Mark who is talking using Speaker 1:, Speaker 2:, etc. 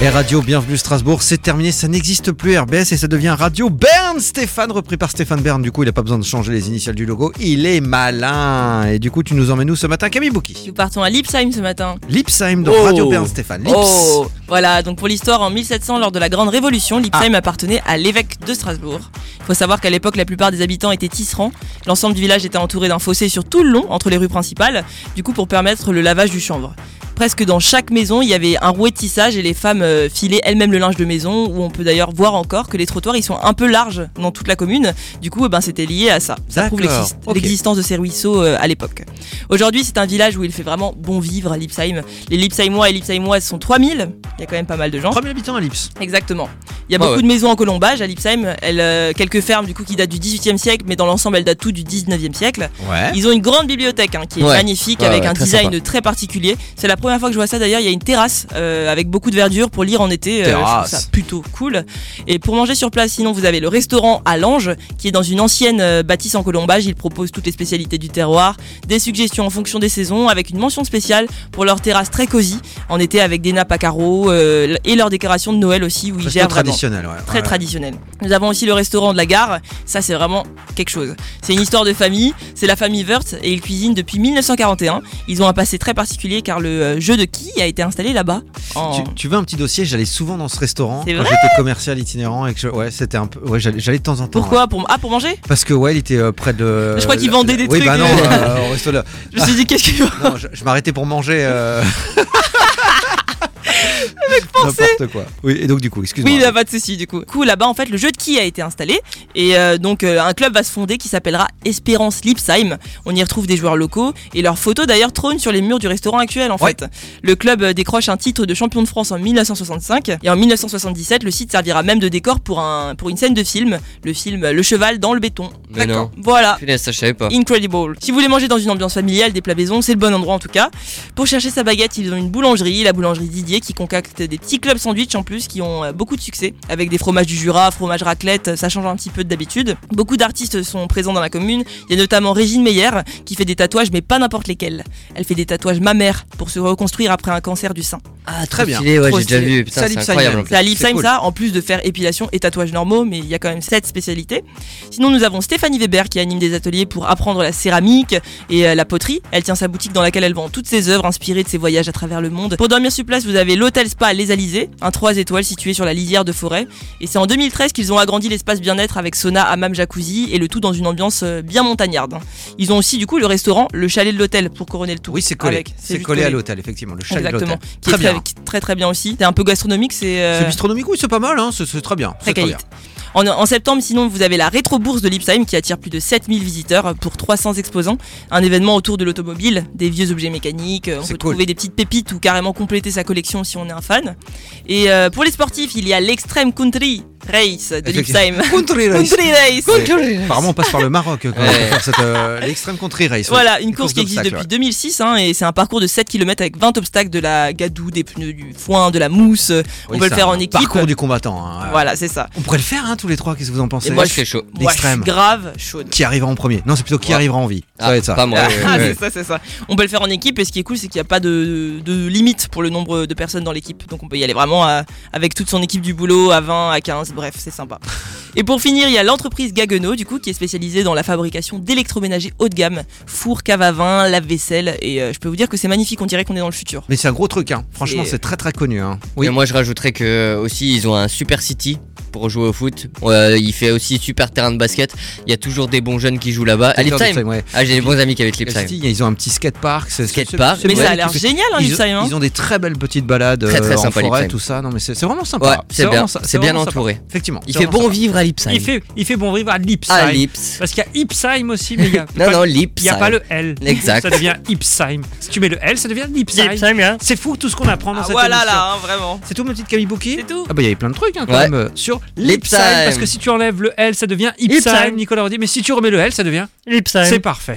Speaker 1: Et Radio Bienvenue Strasbourg, c'est terminé, ça n'existe plus RBS et ça devient Radio Bern Stéphane, repris par Stéphane Bern. Du coup, il n'a pas besoin de changer les initiales du logo, il est malin. Et du coup, tu nous emmènes où ce matin, Camille Bouki
Speaker 2: Nous partons à Lipsheim ce matin.
Speaker 1: Lipsheim, donc
Speaker 2: Oh.
Speaker 1: Radio Bern Stéphane. Lips.
Speaker 2: Oh Voilà, donc pour l'histoire, en 1700, lors de la Grande Révolution,
Speaker 1: Ah.
Speaker 2: Lipsheim appartenait à l'évêque de Strasbourg. Il faut savoir qu'à l'époque, la plupart des habitants étaient tisserands. L'ensemble du village était entouré d'un fossé sur tout le long, entre les rues principales, du coup pour permettre le lavage du chanvre. Presque dans chaque maison, il y avait un rouet de tissage et les femmes euh, filaient elles-mêmes le linge de maison, où on peut d'ailleurs voir encore que les trottoirs ils sont un peu larges dans toute la commune. Du coup, eh ben, c'était lié à ça. Ça prouve
Speaker 1: D'accord,
Speaker 2: l'exist-
Speaker 1: ok.
Speaker 2: l'existence de ces ruisseaux euh, à l'époque. Aujourd'hui, c'est un village où il fait vraiment bon vivre à Lipsheim. Les Lipsheimois et Lipsheimoises sont 3000. Il y a quand même pas mal de gens.
Speaker 1: Premier habitant à Lips.
Speaker 2: Exactement. Il y a
Speaker 1: Ah
Speaker 2: beaucoup
Speaker 1: ouais.
Speaker 2: de maisons en colombage à Lipsheim. Elles, euh, quelques fermes du coup qui datent du 18e siècle, mais dans l'ensemble, elles datent tout du 19e siècle.
Speaker 1: Ouais.
Speaker 2: Ils ont une grande bibliothèque hein, qui est
Speaker 3: Ouais.
Speaker 2: magnifique
Speaker 3: Ouais,
Speaker 2: avec
Speaker 3: ouais,
Speaker 2: un
Speaker 3: très
Speaker 2: design
Speaker 3: sympa.
Speaker 2: très particulier. C'est la première fois que je vois ça d'ailleurs. Il y a une terrasse euh, avec beaucoup de verdure pour lire en été. euh, je trouve
Speaker 1: Terrasse.
Speaker 2: ça plutôt cool. Et pour manger sur place, sinon vous avez le restaurant à l'Ange qui est dans une ancienne euh, bâtisse en colombage. Il propose toutes les spécialités du terroir, des suggestions en fonction des saisons avec une mention spéciale pour leur terrasse très cosy en été avec des nappes à carreaux euh, et leur décoration de Noël aussi où ils
Speaker 1: Resto
Speaker 2: gèrent vraiment
Speaker 1: traditionnel, ouais.
Speaker 2: très
Speaker 1: Ouais.
Speaker 2: traditionnel. Nous avons aussi le restaurant de la gare, ça c'est vraiment quelque chose. C'est une histoire de famille, c'est la famille Wirth et ils cuisinent depuis 1941. Ils ont un passé très particulier car le euh, jeu de qui a été installé là-bas. en-
Speaker 1: Tu, tu veux un petit dossier J'allais souvent dans ce restaurant
Speaker 2: C'est
Speaker 1: quand
Speaker 2: vrai
Speaker 1: j'étais commercial itinérant et que je- ouais, c'était un peu ouais, j'allais j'allais de temps en temps. ouais.
Speaker 2: Pourquoi pour... Ah pour manger
Speaker 1: Parce que ouais, il était euh, près de
Speaker 2: Je crois qu'il vendait des
Speaker 1: oui,
Speaker 2: trucs.
Speaker 1: bah non, euh, au resto là.
Speaker 2: Je me suis dit qu'est-ce que...
Speaker 1: Non, je, je m'arrêtais pour manger. euh, N'importe quoi. Oui, et donc du coup, excuse-moi.
Speaker 2: Oui, là, pas de souci du coup. Du coup, là-bas, en fait, le jeu de qui a été installé. Et euh, donc, euh, un club va se fonder qui s'appellera Espérance Lipsheim. On y retrouve des joueurs locaux et leurs photos d'ailleurs trônent sur les murs du restaurant actuel en
Speaker 1: Ouais.
Speaker 2: fait. Le club euh, décroche un titre de champion de France en 1965 et en 1977, le site servira même de décor pour, un, pour une scène de film, le film euh, Le cheval dans le béton.
Speaker 3: Mais
Speaker 2: D'accord.
Speaker 3: non.
Speaker 2: Voilà.
Speaker 3: Punaise, ça je savais pas.
Speaker 2: Incredible. Si vous voulez manger dans une ambiance familiale, des plats maison, c'est le bon endroit en tout cas. Pour chercher sa baguette, ils ont une boulangerie, la boulangerie Didier, qui concocte des petits clubs sandwich en plus qui ont euh, beaucoup de succès, avec des fromages du Jura, fromage raclette, euh, ça change un petit peu de d'habitude. Beaucoup d'artistes sont présents dans la commune. Il y a notamment Régine Meyer qui fait des tatouages, mais pas n'importe lesquels. Elle fait des tatouages mammaires pour se reconstruire après un cancer du sein.
Speaker 3: Ah,
Speaker 1: très bien.
Speaker 3: Stylé, ouais,
Speaker 2: Trop
Speaker 3: j'ai déjà
Speaker 2: stylé.
Speaker 3: vu. Putain,
Speaker 1: Salib
Speaker 3: c'est
Speaker 1: Simon.
Speaker 3: incroyable. en plus.
Speaker 2: C'est à Lipsheim,
Speaker 1: cool.
Speaker 2: ça, en plus de faire épilation et tatouages normaux, mais il y a quand même sept spécialités. Sinon, nous avons Stéphanie Weber qui anime des ateliers pour apprendre la céramique et euh, la poterie. Elle tient sa boutique dans laquelle elle vend toutes ses œuvres inspirées de ses voyages à travers le monde. Pour dormir sur place, vous avez l'hôtel spa Les Alizés, un 3 étoiles situé sur la lisière de forêt. Et c'est en 2013 qu'ils ont agrandi l'espace bien-être avec sauna, hammam, jacuzzi et le tout dans une ambiance euh, bien montagnarde. Ils ont aussi du coup le restaurant, le chalet de l'hôtel pour couronner le tout.
Speaker 1: Oui, c'est collé.
Speaker 2: Avec-
Speaker 1: C'est
Speaker 2: juste
Speaker 1: collé à l'hôtel, effectivement. Le chalet de
Speaker 2: Exactement.
Speaker 1: l'hôtel.
Speaker 2: Qui
Speaker 1: Très
Speaker 2: est très,
Speaker 1: bien.
Speaker 2: qui est très très bien aussi. C'est un peu gastronomique, c'est. euh,
Speaker 1: C'est bistronomique, oui, c'est pas mal, hein, c'est c'est très bien.
Speaker 2: très
Speaker 1: c'est
Speaker 2: qualité. En, en septembre, sinon, vous avez la rétro-bourse de Lipsheim qui attire plus de 7000 visiteurs pour 300 exposants. Un événement autour de l'automobile, des vieux objets mécaniques. euh, On
Speaker 1: C'est
Speaker 2: peut
Speaker 1: cool.
Speaker 2: trouver des petites pépites ou carrément compléter sa collection si on est un fan. Et euh, pour les sportifs, il y a l'Extreme Country Race de Lipsheim.
Speaker 1: Effectivement. Country race.
Speaker 2: Country Race
Speaker 1: Ouais. Apparemment, on passe par le Maroc quand on
Speaker 3: Ouais.
Speaker 1: veut faire cette, euh, l'extrême country race. ouais.
Speaker 2: Voilà, une
Speaker 1: Des
Speaker 2: course
Speaker 1: courses
Speaker 2: qui existe
Speaker 1: d'obstacles,
Speaker 2: depuis 2006 hein, et c'est un parcours de 7 km avec 20 obstacles de la gadoue, des pneus, du foin, de la mousse. on
Speaker 1: Oui,
Speaker 2: peut le
Speaker 1: c'est
Speaker 2: faire
Speaker 1: un
Speaker 2: en équipe.
Speaker 1: Parcours du combattant. hein.
Speaker 2: Voilà, c'est ça.
Speaker 1: On pourrait le faire, hein, tous les trois, qu'est-ce que vous en pensez
Speaker 2: Et
Speaker 3: Moi,
Speaker 2: Moi,
Speaker 3: je
Speaker 2: je-
Speaker 3: fais chaud.
Speaker 2: Moi, je suis
Speaker 1: L'extrême.
Speaker 2: grave chaude.
Speaker 1: Qui arrivera en premier Non, c'est plutôt qui
Speaker 3: Ouais.
Speaker 1: arrivera en vie. Ça va être ça. Euh,
Speaker 3: Pas moi.
Speaker 2: Ah,
Speaker 3: ouais,
Speaker 2: c'est ça,
Speaker 3: ouais.
Speaker 2: c'est ça. On peut le faire en équipe et ce qui est cool, c'est qu'il n'y a pas de, de limite pour le nombre de personnes dans l'équipe. Donc on peut y aller vraiment à- avec toute son équipe du boulot, à 20, à 15, bref, c'est sympa. Et pour finir, il y a l'entreprise Gaggenau, du coup, qui est spécialisée dans la fabrication d'électroménagers haut de gamme, four, cave à vin, lave-vaisselle. Et euh, je peux vous dire que c'est magnifique, on dirait qu'on est dans le futur.
Speaker 1: Mais c'est un gros truc, hein. franchement,
Speaker 2: C'est-
Speaker 1: c'est très très connu. Hein. Oui.
Speaker 3: Et moi, je rajouterais que euh, aussi, ils ont un super city pour jouer au foot. Euh, il fait aussi super terrain de basket. Il y a toujours des bons jeunes qui jouent là-bas. À
Speaker 1: Culture
Speaker 3: Lipsheim.
Speaker 1: Lipsheim, ouais.
Speaker 3: Ah, j'ai des bons amis qui habitent
Speaker 1: La
Speaker 3: Lipsheim.
Speaker 1: City, ils ont un petit skatepark. c'est- c'est-
Speaker 3: Skatepark,
Speaker 1: c'est-
Speaker 2: Mais
Speaker 1: c'est-
Speaker 2: ça
Speaker 3: Ouais,
Speaker 2: a l'air
Speaker 1: qui fait-
Speaker 2: génial, hein,
Speaker 1: Ils
Speaker 2: Lipsheim, hein
Speaker 1: ont, ils ont des très belles petites balades
Speaker 3: Très, très
Speaker 1: euh, en
Speaker 3: sympa,
Speaker 1: forêt,
Speaker 3: Lipsheim.
Speaker 1: tout ça. Non, mais Ah, c'est c'est vraiment sympa.
Speaker 3: Ouais, c'est bien.
Speaker 1: vraiment sy-
Speaker 3: C'est bien
Speaker 1: vraiment sympa.
Speaker 3: entouré.
Speaker 1: Effectivement.
Speaker 3: Il
Speaker 1: c'est
Speaker 3: fait
Speaker 1: vraiment
Speaker 3: bon
Speaker 1: sympa.
Speaker 3: vivre à Lipsheim.
Speaker 4: Il fait, il fait bon vivre à Lipsheim.
Speaker 2: Ah,
Speaker 3: À Lips.
Speaker 4: Parce qu'il y a Ipsheim aussi, mais il y a
Speaker 3: Non,
Speaker 4: pas-
Speaker 3: non,
Speaker 4: il n'y
Speaker 3: Lipsheim.
Speaker 4: a pas le L.
Speaker 3: Exact.
Speaker 4: Ça devient Ipsheim. Si tu mets le L, ça devient Lipsheim. C'est fou tout ce qu'on apprend dans
Speaker 2: Ah,
Speaker 4: cette
Speaker 2: voilà,
Speaker 4: émission.
Speaker 2: là, hein, vraiment.
Speaker 1: C'est tout, ma petite Camille Bouki
Speaker 2: C'est tout.
Speaker 1: Ah, bah, il y avait plein de trucs hein, quand
Speaker 3: Ouais.
Speaker 1: même euh, sur
Speaker 3: Lipsheim.
Speaker 4: Parce que si tu enlèves le L, ça devient Ipsheim,
Speaker 5: Ipsheim.
Speaker 4: Nicolas Rodier. Mais si tu remets le L, ça devient.
Speaker 5: Lipsheim.
Speaker 4: C'est parfait.